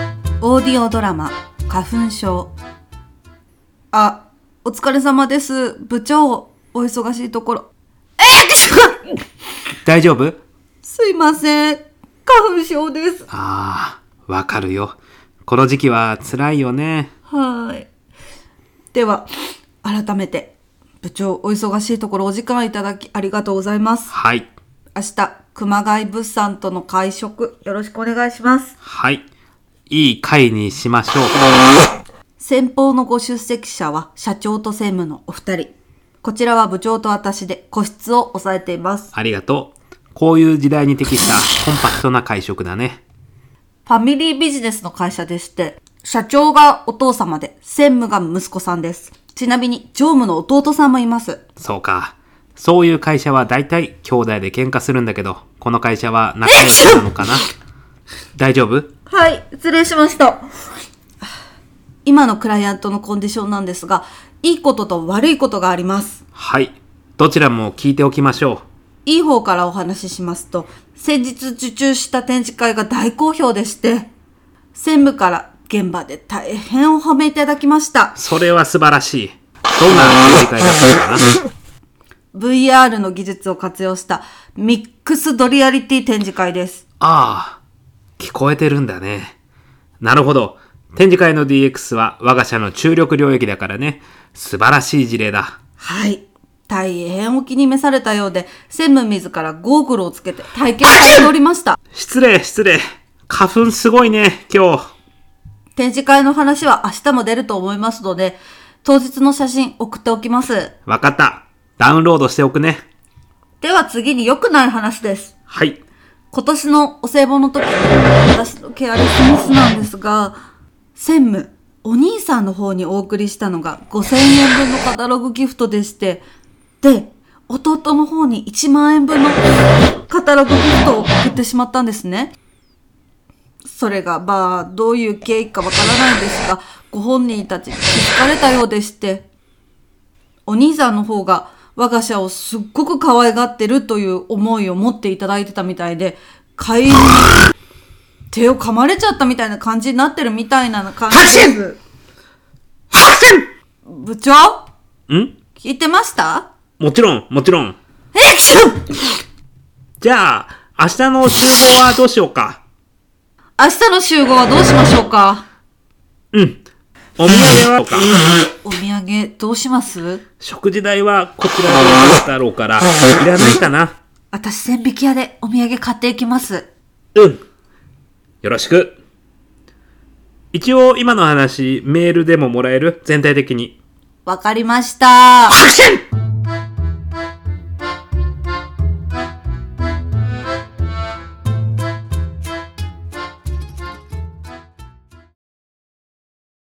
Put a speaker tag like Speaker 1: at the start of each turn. Speaker 1: ディオドラマ「花粉症」あお疲れ様です部長お忙しいところえー、くしょ
Speaker 2: 大丈夫
Speaker 1: すいません花粉症です
Speaker 2: ああ、わかるよ。この時期は辛いよね。
Speaker 1: はーいでは改めて部長お忙しいところお時間いただきありがとうございます
Speaker 2: はい。
Speaker 1: 明日熊谷物産との会食よろしくお願いします
Speaker 2: はい。いい回にしましょう。
Speaker 1: 先方のご出席者は社長と専務のお二人こちらは部長と私で個室を抑えています
Speaker 2: ありがとう。こういう時代に適したコンパクトな会食だね。
Speaker 1: ファミリービジネスの会社でして、社長がお父様で、専務が息子さんです。ちなみに、常務の弟さんもいます。
Speaker 2: そうか。そういう会社は大体兄弟で喧嘩するんだけど、この会社は仲良しなのかな大丈夫
Speaker 1: はい、失礼しました。今のクライアントのコンディションなんですが、いいことと悪いことがあります。
Speaker 2: はい。どちらも聞いておきましょ
Speaker 1: いい方からお話ししますと、先日受注した展示会が大好評でして、専務から現場で大変お褒めいただきました
Speaker 2: う。。それは素晴らしい。どんな展示会だったのかな
Speaker 1: VR の技術を活用したミックスドリアリティ展示会です。
Speaker 2: ああ、聞こえてるんだね。なるほど。展示会の DX は我が社の注力領域だからね。素晴らしい事例だ。
Speaker 1: はい。大変お気に召されたようで、専務自らゴーグルをつけて体験されておりました。
Speaker 2: 失礼、失礼。花粉すごいね、今日。
Speaker 1: 展示会の話は明日も出ると思いますので、当日の写真送っておきます。
Speaker 2: わかった。ダウンロードしておくね。
Speaker 1: では次に良くない話です。
Speaker 2: はい。
Speaker 1: 今年のお歳暮の時、私のケアレスミスなんですが、専務、お兄さんの方にお送りしたのが5000円分のカタログギフトでして、で、弟の方に1万円分のカタログギフトを送ってしまったんですね。それが、まあ、どういう経緯かわからないんですが、ご本人たちに気づかれたようでして、お兄さんの方が我が社をすっごく可愛がってるという思いを持っていただいてたみたいで、飼い犬に手を噛まれちゃったみたいな感じになってるみたいな感じです。部長
Speaker 2: ん
Speaker 1: 聞いてました
Speaker 2: もちろん、もちろん。
Speaker 1: えっしょ
Speaker 2: じゃあ、明日の集合はどうしようか。
Speaker 1: 明日の集合はどうしましょうか
Speaker 2: うん。お土産はとか、
Speaker 1: お土産どうします
Speaker 2: 食事代はこちらで出したろうから、いらないかな。
Speaker 1: 私千匹屋でお土産買っていきます。
Speaker 2: うん。よろしく。一応今の話、メールでももらえる全体的に。
Speaker 1: わかりました。
Speaker 2: アクション